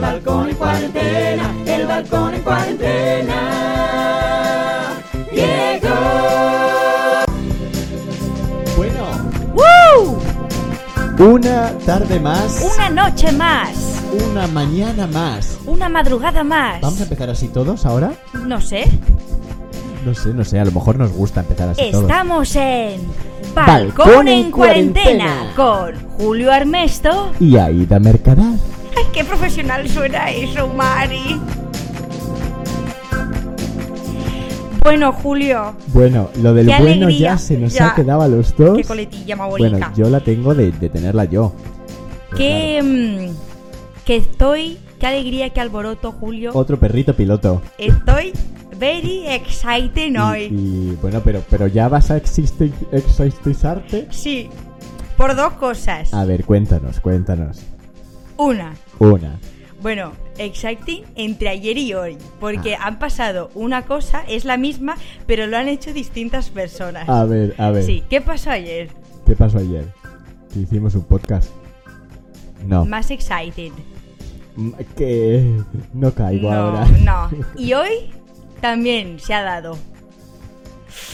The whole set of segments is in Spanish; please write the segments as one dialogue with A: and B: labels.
A: balcón en cuarentena, el balcón en cuarentena. Llegó.
B: Bueno,
C: ¡Woo!
B: una tarde más,
C: Una noche más.
B: una mañana más.
C: Una madrugada más.
B: ¿Vamos a empezar así todos ahora?
C: No sé.
B: No sé, no sé, a lo mejor nos gusta empezar así todos.
C: Estamos en
B: Balcón
C: Balcón,
B: en
C: en cuarentena,
B: cuarentena.
C: con Julio Armesto.
B: Y Aida Mercadal.
C: Ay, qué profesional suena eso, Mari. Bueno, Julio,
B: Bueno, lo del
C: Qué
B: bueno
C: alegría,
B: ya se nos
C: ya.
B: ha quedado a los dos.
C: qué coletilla más bonita.
B: bueno, yo la tengo de, de tenerla yo. Pues
C: que, mm, que estoy, qué alegría, qué alboroto, Julio.
B: claro, Otro perrito piloto.
C: Estoy very excited hoy.
B: Y, y, bueno, pero, pero ya vas a existe- existizarte.
C: Sí, por dos cosas.
B: A ver, cuéntanos, cuéntanos.
C: Una,
B: Una.
C: bueno, exciting entre ayer y hoy, porque
B: Ah.
C: han pasado una cosa, es la misma, pero lo han hecho distintas personas.
B: A ver, a ver.
C: Sí, ¿qué pasó ayer?
B: ¿Qué pasó ayer? Que hicimos un podcast. No.
C: Más excited.
B: Mm, Que no caigo
C: no,
B: ahora.
C: no. Y hoy también se ha dado.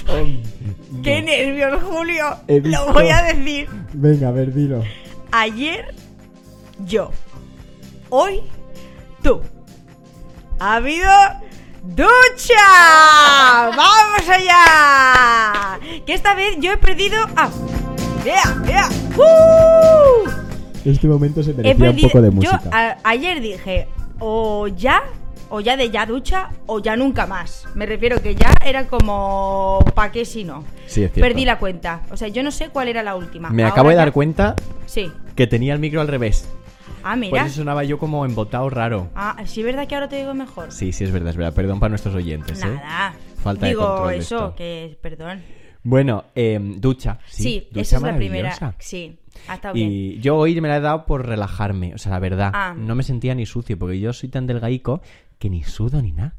B: No.
C: ¡Qué nervios, Julio!
B: He
C: Lo
B: visto-
C: voy a decir.
B: Venga, a ver, dilo.
C: Ayer yo. Hoy tú. Ha habido ducha. ¡Vamos allá! Que esta vez yo he perdido a... ¡Ea, ea! ¡Uh!
B: Este momento se
C: He
B: merecía un
C: perdido...
B: poco de
C: yo
B: música.
C: a- ayer dije, o ya, o ya de ya ducha, o ya nunca más. Me refiero que ya era como... ¿Para qué si no?
B: Sí, es cierto.
C: Perdí la cuenta. O sea, yo no sé cuál era la última.
D: Me
C: Ahora
D: acabo de dar
C: ya-
D: cuenta
C: Sí.
D: que tenía el micro al revés.
C: Ah,
D: Por
C: mira.
D: eso sonaba yo como embotado raro.
C: Ah, sí, ¿verdad que ahora te digo mejor?
D: Sí, sí, es verdad, es verdad. Perdón para nuestros oyentes. ¿eh?
C: Nada.
D: Falta de
C: digo
D: control de
C: eso,
D: esto.
C: que perdón.
D: Bueno, eh, ducha. Sí,
C: Sí,
D: ducha
C: esa es la primera.
D: maravillosa.
C: Sí, ha estado bien.
D: Y yo hoy me la he dado por relajarme, o sea, la verdad.
C: Ah.
D: No me sentía ni sucio, porque yo soy tan delgadico que ni sudo ni nada.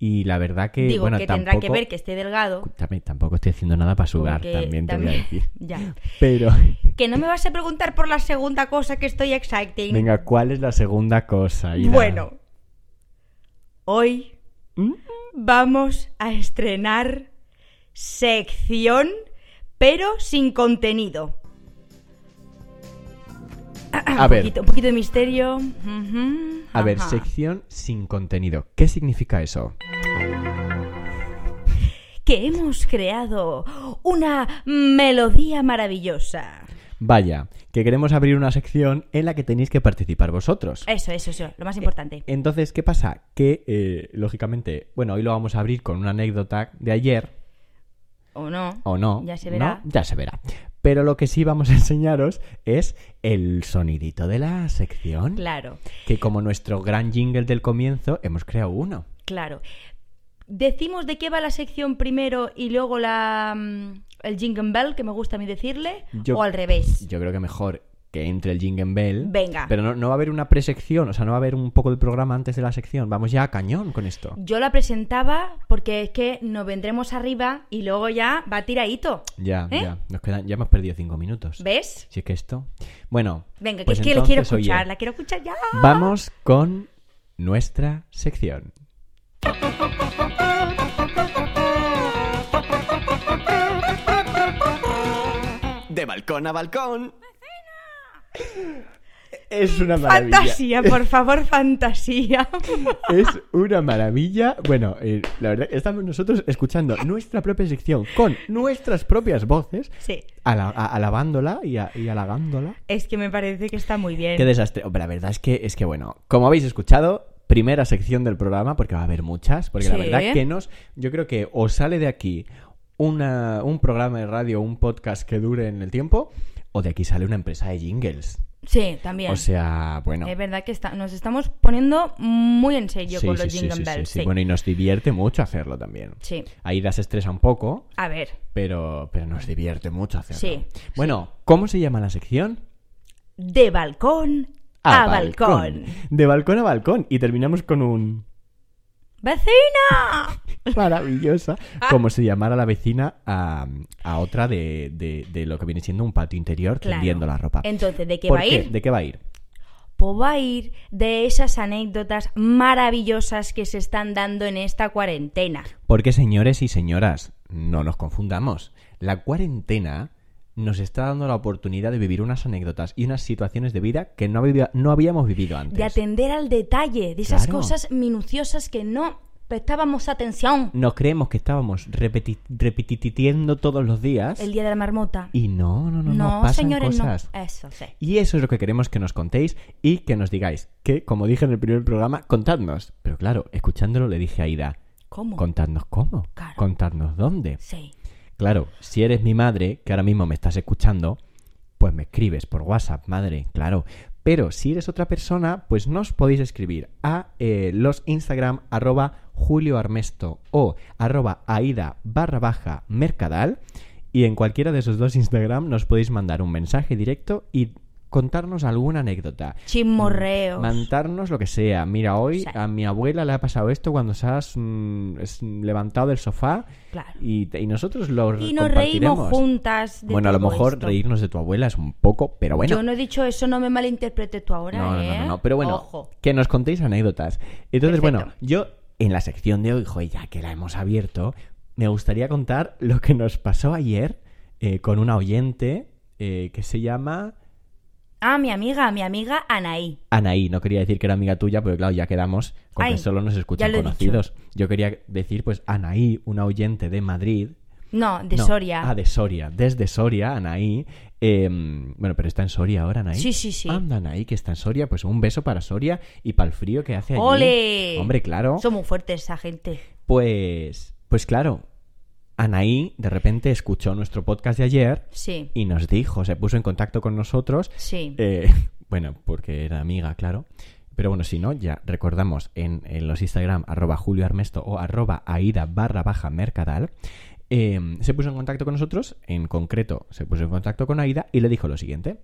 D: Y la verdad que,
C: digo
D: eh, bueno,
C: que
D: tampoco...
C: tendrá que ver que esté delgado.
D: También, tampoco estoy haciendo nada para sudar,
C: porque
D: también te voy a
C: también-
D: decir.
C: Ya.
B: Pero,
C: Que no me vas a preguntar por la segunda cosa que estoy exciting.
D: Venga, ¿cuál es la segunda cosa? Ida?
C: Bueno. Hoy
D: ¿Mm?
C: vamos a estrenar sección, pero sin contenido.
D: A
C: Un
D: ver,
C: poquito, un poquito de misterio. Ujú,
D: A ver,
C: ajá.
D: sección sin contenido. ¿Qué significa eso?
C: que hemos creado una melodía maravillosa.
D: Vaya, que queremos abrir una sección en la que tenéis que participar vosotros.
C: Eso, eso, eso, lo más
D: Eh.
C: importante.
D: Entonces, ¿qué pasa? Que, eh, lógicamente, bueno, hoy lo vamos a abrir con una anécdota de ayer,
C: ¿O no?
D: o no.
C: Ya se verá.
D: ¿no? Ya se verá. Pero lo que sí vamos a enseñaros es el sonidito de la sección.
C: Claro,
D: Que como nuestro gran jingle del comienzo, hemos creado uno.
C: claro. Decimos de qué va la sección primero y luego la mm, el jingle bell, que me gusta a mí decirle,
D: Yo-
C: o al revés.
D: Yo creo que mejor que entre el Jingle Bell.
C: Venga.
D: Pero no, no va a haber una presección, o sea, no va a haber un poco de programa antes de la sección. Vamos ya a cañón con esto.
C: Yo la presentaba porque es que nos vendremos arriba y luego ya va tiradito.
D: Ya,
C: ¿Eh?
D: ya. Nos quedan, ya hemos perdido cinco minutos.
C: ¿Ves?
D: Si es que esto. Bueno.
C: Venga, que
D: pues
C: es que la quiero
D: entonces, oye,
C: escuchar, la quiero escuchar ya.
D: Vamos con nuestra sección.
E: De balcón a balcón.
D: Es una
C: Fantasía, por favor, fantasía.
D: Es una maravilla. Bueno, eh, la verdad, estamos nosotros escuchando nuestra propia sección con nuestras propias voces,
C: sí.
D: ala- a- alabándola y, a- y halagándola.
C: Es que me parece que está muy bien.
D: Qué desastre. Hombre, la verdad es que, es que, bueno, como habéis escuchado, primera sección del programa, porque va a haber muchas, porque la
C: Sí.
D: verdad que nos. Yo creo que o sale de aquí una, un programa de radio, un podcast que dure en el tiempo, o de aquí sale una empresa de jingles.
C: Sí, también.
D: O sea, bueno.
C: es verdad que está- nos estamos poniendo muy en serio
D: sí,
C: con
D: sí,
C: los
D: sí,
C: Jingle
D: sí, sí,
C: Bells.
D: sí.
C: sí.
D: Bueno, y nos divierte mucho hacerlo también.
C: Sí.
D: Ahí las estresa un poco,
C: A ver,
D: pero, pero nos divierte mucho hacerlo.
C: Sí,
D: Bueno, ¿cómo se llama la sección?
C: de balcón a, balcón.
D: De balcón a balcón. Y terminamos con un...
C: ¡Vecina!
D: maravillosa,
C: Ah.
D: como si llamara la vecina a, a otra de, de- de lo que viene siendo un patio interior
C: Claro.
D: tendiendo la ropa.
C: Entonces, ¿de qué
D: ¿Por
C: va a ir?
D: ¿De qué va a ir?
C: pues va a ir de esas anécdotas maravillosas que se están dando en esta cuarentena.
D: Porque señores y señoras, no nos confundamos. La cuarentena nos está dando la oportunidad de vivir unas anécdotas y unas situaciones de vida que no, había- no habíamos vivido antes.
C: De atender al detalle, de esas
D: Pues- Claro.
C: cosas minuciosas que no prestábamos atención
D: Nos creemos que estábamos repeti- repetitiendo todos los días.
C: el día de la marmota.
D: Y no, no, no, no,
C: no,
D: pasan
C: señores,
D: cosas.
C: no. Eso, sí.
D: Y eso es lo que queremos que nos contéis y que nos digáis. Que, como dije en el primer programa, contadnos. Pero claro, escuchándolo le dije a Ida,
C: ¿Cómo?
D: contadnos cómo,
C: Claro.
D: contadnos dónde.
C: Sí.
D: Claro, si eres mi madre, que ahora mismo me estás escuchando, pues me escribes por WhatsApp, madre, claro. Pero si eres otra persona, pues nos podéis escribir a eh, los Instagram arroba Julio Armesto o arroba Aida barra baja Mercadal. Y en cualquiera de esos dos Instagram nos podéis mandar un mensaje directo y contarnos alguna anécdota.
C: Chismorreos.
D: Mantarnos lo que sea. Mira, hoy
C: Sí.
D: a mi abuela le ha pasado esto cuando se has mm, es- levantado del sofá
C: Claro.
D: y, y nosotros lo
C: Y nos
D: Pues compartiremos.
C: reímos juntas. de
D: Bueno, a lo
C: todo
D: mejor
C: esto.
D: reírnos de tu abuela es un poco, pero bueno.
C: Yo no he dicho eso, no me malinterpretes tú ahora,
D: no, no,
C: ¿eh?
D: no, no, no, pero bueno,
C: Ojo.
D: que nos contéis anécdotas. Entonces, bueno,
C: Perfecto.
D: yo en la sección de hoy, joder, ya que la hemos abierto, me gustaría contar lo que nos pasó ayer eh, con una oyente eh, que se llama
C: Ah, mi amiga, mi amiga Anaí.
D: Anaí. No quería decir que era amiga tuya, pero claro, ya quedamos con
C: Ay,
D: que solo nos escuchan
C: ya lo he
D: conocidos. Yo quería decir, pues, Anaí, una oyente de Madrid,
C: No, de
D: No,
C: Soria.
D: Ah, de Soria. Desde Soria, Anaí. eh, bueno, pero está en Soria ahora, Anaí.
C: Sí, sí, sí.
D: Anda, Anaí, que está en Soria. Pues un beso para Soria y para el frío que hace allí.
C: ¡Ole!
D: Hombre, claro.
C: Son muy fuertes esa gente.
D: Pues, pues claro, Anaí de repente escuchó nuestro podcast de ayer
C: Sí,
D: y nos dijo, se puso en contacto con nosotros.
C: sí.
D: eh, bueno, porque era amiga, claro. Pero bueno, si no, ya recordamos en, en los Instagram, arroba Julio Armesto o arroba Aida barra baja mercadal. eh, se puso en contacto con nosotros, en concreto se puso en contacto con Aida y le dijo lo siguiente.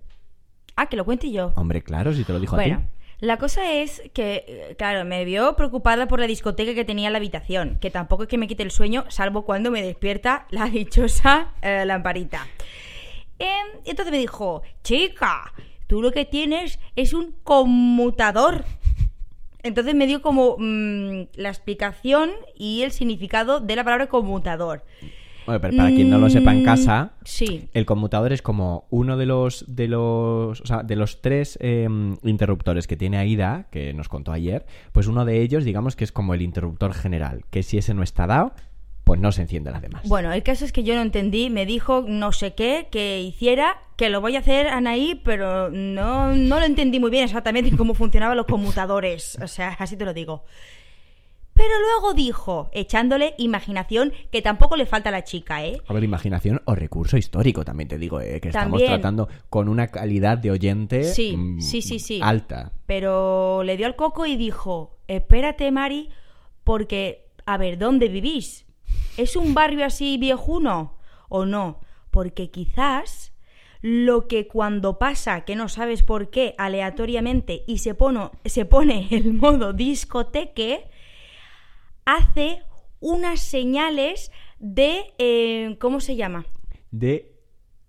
C: Ah, que lo cuente yo.
D: Hombre, claro, si te lo dijo a
C: Bueno,
D: ti.
C: la cosa es que, eh, claro, me vio preocupada por la discoteca que tenía en la habitación, que tampoco es que me quite el sueño, salvo cuando me despierta la dichosa eh, lamparita. Em, y entonces me dijo, chica, tú lo que tienes es un conmutador. Entonces me dio como mm, la explicación y el significado de la palabra conmutador.
D: Bueno, pero para quien no lo sepa en
C: Mm,
D: casa,
C: Sí.
D: El conmutador es como uno de los de los, o sea, de los tres eh, interruptores que tiene Aida, que nos contó ayer, pues uno de ellos, digamos que es como el interruptor general, que si ese no está dado, pues no se encienden las demás.
C: Bueno, el caso es que yo no entendí, me dijo no sé qué que hiciera, que lo voy a hacer Anaí, pero no, no lo entendí muy bien exactamente cómo funcionaban los conmutadores, o sea, así te lo digo. Pero luego dijo, echándole imaginación, que tampoco le falta a la chica, ¿eh?
D: A ver, imaginación o recurso histórico, también te digo, eh, que
C: También.
D: estamos tratando con una calidad de oyente
C: Sí,
D: mm,
C: sí, sí, sí.
D: alta.
C: Pero le dio al coco y dijo, espérate Mari, porque, a ver, ¿dónde vivís? ¿Es un barrio así viejuno o no? Porque quizás lo que cuando pasa, que no sabes por qué, aleatoriamente, y se, pono- se pone el modo discoteque, hace unas señales de, eh, ¿cómo se llama?
D: De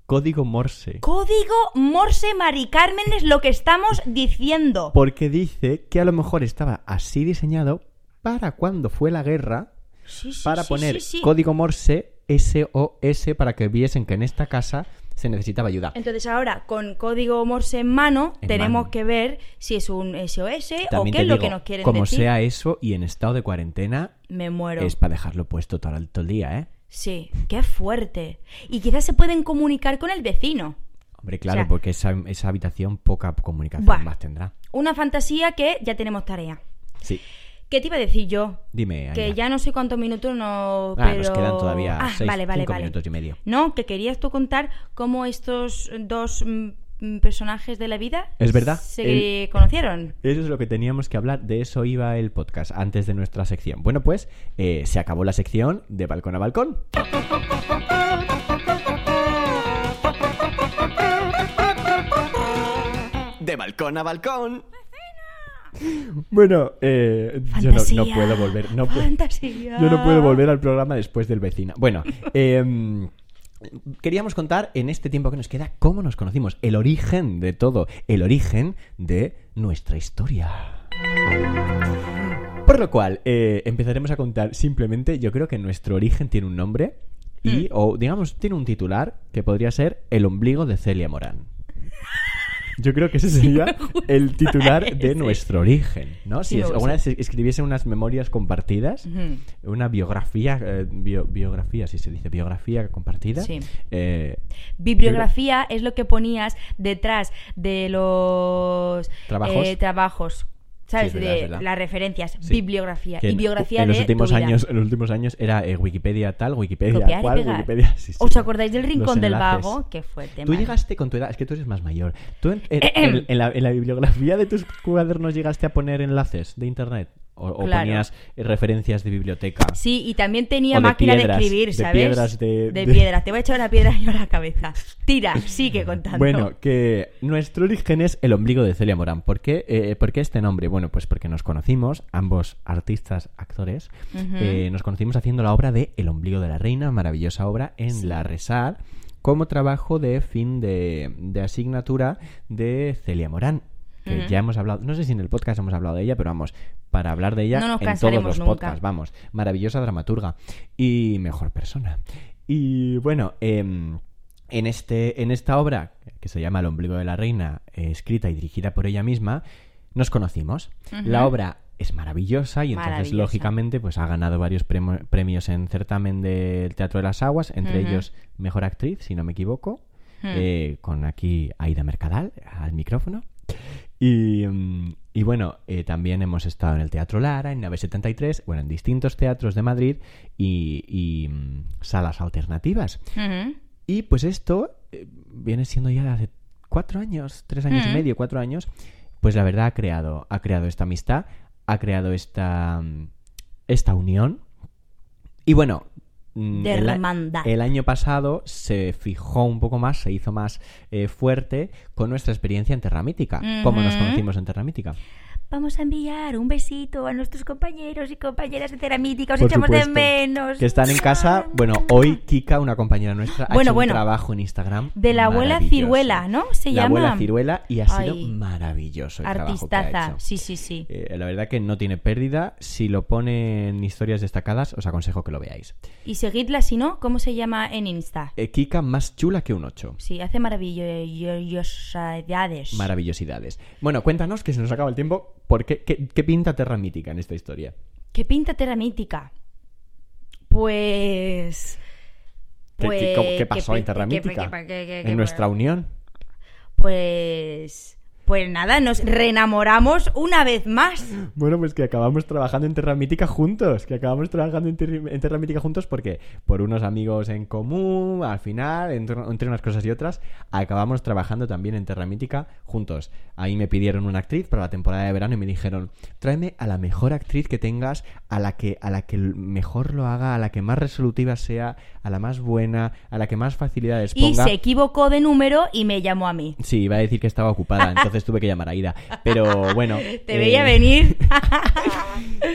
D: código Morse.
C: Código Morse Mari Carmen es lo que estamos diciendo.
D: Porque dice que a lo mejor estaba así diseñado para cuando fue la guerra
C: Sí, sí,
D: para
C: sí,
D: poner
C: sí, sí.
D: código Morse SOS para que viesen que en esta casa se necesitaba ayuda.
C: Entonces ahora, con código Morse en mano,
D: En
C: tenemos
D: mano.
C: que ver si es un SOS o
D: También
C: qué
D: te
C: es lo
D: digo,
C: que nos quieren
D: como
C: decir.
D: sea eso y en estado de cuarentena
C: Me muero.
D: es para dejarlo puesto todo el, todo el día, ¿eh?
C: Sí, qué fuerte. Y quizás se pueden comunicar con el vecino.
D: Hombre, claro,
C: O sea-
D: porque esa, esa habitación poca comunicación
C: Buah.
D: más tendrá.
C: Una fantasía que ya tenemos tarea.
D: Sí,
C: ¿Qué te iba a decir yo?
D: dime.
C: Que
D: Aida.
C: ya no sé cuántos minutos no.
D: Ah,
C: pero...
D: nos quedan todavía
C: Ah,
D: seis-
C: vale, vale,
D: cinco
C: vale.
D: minutos y medio.
C: No, que querías tú contar cómo estos dos mm, mm, personajes de la vida.
D: Es verdad,
C: Se conocieron.
D: Eso es lo que teníamos que hablar, de eso iba el podcast antes de nuestra sección. Bueno, pues eh, se acabó la sección de balcón a balcón.
E: De balcón a balcón.
D: Bueno, eh, yo no,
C: Fantasía.
D: no puedo volver. No pu-
C: Fantasía.
D: yo no puedo volver al programa después del vecino. Bueno, em, queríamos contar en este tiempo que nos queda cómo nos conocimos, el origen de todo, el origen de nuestra historia. Por lo cual, eh, empezaremos a contar simplemente, yo creo que nuestro origen tiene un nombre
C: Mm.
D: y, o digamos, tiene un titular que podría ser El ombligo de Celia Morán. Yo creo que ese sería el titular de
C: ese.
D: nuestro origen, ¿no?
C: Sí,
D: si
C: me
D: es-
C: gusta.
D: alguna vez escribiesen unas memorias compartidas,
C: Ujú.
D: una biografía, eh, bio- biografía, si se dice biografía compartida,
C: Sí.
D: eh,
C: Bibliografía es lo que ponías detrás de los
D: Trabajos.
C: eh, trabajos, ¿Sabes?
D: Sí, es verdad,
C: de
D: es verdad.
C: las referencias.
D: Sí.
C: Bibliografía.
D: que
C: y
D: en,
C: biografía
D: en los
C: de
D: últimos
C: tu vida.
D: años en los últimos años era eh, Wikipedia tal Wikipedia
C: Copiar y
D: cual
C: pegar.
D: Wikipedia sí, sí,
C: ¿Os
D: sí.
C: acordáis del
D: Los
C: Rincón del
D: enlaces.
C: Vago? Que fue tema.
D: tú llegaste con tu edad es que tú eres más mayor tú en, en- en- en la, en la bibliografía de tus cuadernos llegaste a poner enlaces de internet o, o
C: Claro.
D: ponías eh, referencias de biblioteca
C: Sí, y también tenía
D: O de
C: máquina
D: piedras,
C: de escribir,
D: de
C: ¿sabes?
D: piedras, de- de-
C: piedras. Te voy a echar una piedra yo a la cabeza. Tira, sigue contando.
D: Bueno, que nuestro origen es el ombligo de Celia Morán. ¿Por qué, eh, por qué este nombre? Bueno, pues porque nos conocimos, ambos artistas, actores,
C: Ujú.
D: eh, nos conocimos haciendo la obra de El ombligo de la reina, maravillosa obra en la Resar, como trabajo de fin de, de asignatura de Celia Morán. Que
C: Ujú.
D: ya hemos hablado, no sé si en el podcast hemos hablado de ella, pero vamos, para hablar de ella
C: No nos
D: en todos
C: cansaremos
D: los
C: nunca.
D: podcasts, vamos, maravillosa dramaturga y mejor persona. Y bueno, em, en, este, en esta obra, que se llama El ombligo de la reina, eh, escrita y dirigida por ella misma, nos conocimos. La obra es maravillosa y entonces,
C: Maravillosa.
D: lógicamente, pues ha ganado varios premo- premios en certamen del Teatro de las Aguas, entre
C: Ujú.
D: ellos Mejor Actriz, si no me equivoco,
C: Hmm.
D: eh, con aquí Aida Mercadal al micrófono. Y, mm, y bueno, eh, también hemos estado en el Teatro Lara, en Nave 73, bueno, en distintos teatros de Madrid y, y, mm, salas alternativas.
C: Ujú.
D: Y pues esto eh, viene siendo ya de hace cuatro años, tres años y
C: Mm.
D: medio, cuatro años. Pues la verdad ha creado, ha creado esta amistad, ha creado esta, mm, esta unión. Y bueno, mm,
C: De
D: el, a-
C: hermandad.
D: el año pasado se fijó un poco más, se hizo más eh, fuerte con nuestra experiencia en Terra Mítica, como nos
C: Ujú.
D: conocimos en Terra Mítica.
C: Vamos a enviar un besito a nuros compañeros y compañeras de Ceramítica. Os
D: Por
C: echamos
D: supuesto,
C: de menos.
D: Que están en casa. Bueno, hoy Kika, una compañera nuestra, ha
C: Bueno,
D: hecho
C: bueno.
D: un trabajo en Instagram.
C: De la abuela
D: maravilloso.
C: Ciruela, ¿no? Se
D: la abuela
C: llama.
D: Ciruela y ha sido
C: Ay.
D: maravilloso el trabajo que ha
C: Artistaza.
D: hecho.
C: Sí, sí, sí.
D: Eh, la verdad que no tiene pérdida. Si lo pone en historias destacadas, os aconsejo que lo veáis.
C: Y seguidla, si no, ¿cómo se llama en Insta?
D: Eh, Kika más chula que un 8.
C: Sí, hace maravillosidades.
D: Maravillosidades. Bueno, cuéntanos que se nos acaba el tiempo. ¿Por qué, qué, qué pinta Terra Mítica en esta historia?
C: ¿Qué pinta Terra Mítica? Pues...
D: ¿Qué, qué-
C: pues-
D: cómo- qué pasó
C: qué
D: en Terra
C: pin- qué-
D: Mítica?
C: qué- qué- qué- qué-
D: En nuestra unión.
C: Pues... Pues nada, nos reenamoramos una vez más.
D: Bueno, pues que acabamos trabajando en Terra Mítica juntos, que acabamos trabajando en, Terri- en Terra Mítica juntos porque por unos amigos en común, al final, entre, entre unas cosas y otras, acabamos trabajando también en Terra Mítica juntos. Ahí me pidieron una actriz para la temporada de verano y me dijeron, tráeme a la mejor actriz que tengas, a la que, a la que mejor lo haga, a la que más resolutiva sea, a la más buena, a la que más facilidades
C: Y
D: ponga.
C: se equivocó de número y me llamó a mí.
D: Sí, iba a decir que estaba ocupada, entonces tuve que llamar a Ida. Pero bueno.
C: Te veía
D: eh,
C: venir.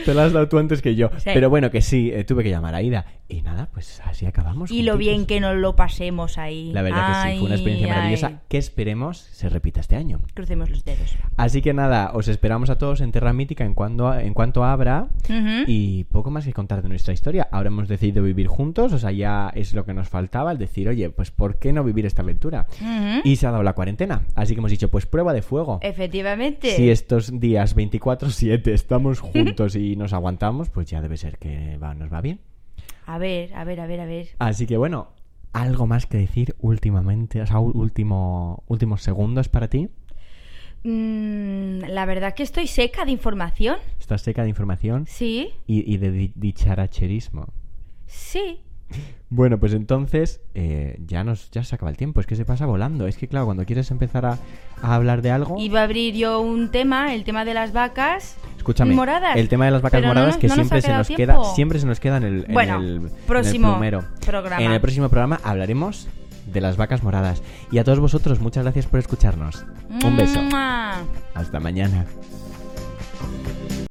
D: Te lo has dado tú antes que yo.
C: Sí.
D: Pero bueno, que sí, eh, tuve que llamar a Ida. Y nada, pues así acabamos.
C: y lo
D: juntitos.
C: bien que nos lo pasemos ahí.
D: La verdad que sí, fue una experiencia
C: Ay,
D: maravillosa
C: ay.
D: que esperemos se repita este año.
C: Crucemos los dedos.
D: Así que nada, os esperamos a todos en Terra Mítica en, cuando, en cuanto abra.
C: Ujú.
D: Y poco más que contar de nuestra historia. Ahora hemos decidido vivir juntos, o sea, ya es lo que nos faltaba, el decir, oye, pues ¿por qué no vivir esta aventura?
C: Ujú.
D: Y se ha dado la cuarentena, así que hemos dicho, pues prueba de fuego.
C: Efectivamente.
D: Si estos días 24-7 estamos juntos y nos aguantamos, pues ya debe ser que va- nos va bien.
C: A ver, a ver, a ver, a ver.
D: Así que bueno, algo más que decir últimamente, o sea, ú- último, últimos segundos para ti.
C: Mm, la verdad que estoy seca de información.
D: Estás seca de información
C: Sí,
D: y, y de di- dicharacherismo.
C: sí.
D: Bueno, pues entonces eh, ya nos ya se acaba el tiempo. Es que se pasa volando. Es que claro, cuando quieres empezar a, a hablar de algo,
C: Iba a abrir yo un tema, el tema de las vacas.
D: escúchame.
C: moradas.
D: El tema de las vacas
C: Pero no
D: moradas
C: nos-
D: que
C: no nos ha
D: siempre se
C: quedado
D: nos
C: tiempo.
D: queda, siempre se nos queda en el, en
C: Bueno,
D: el- en el
C: próximo
D: plumero.
C: programa.
D: En el próximo programa hablaremos de las vacas moradas. Y a todos vosotros muchas gracias por escucharnos. Un beso.
C: ¡Mua!
D: Hasta mañana.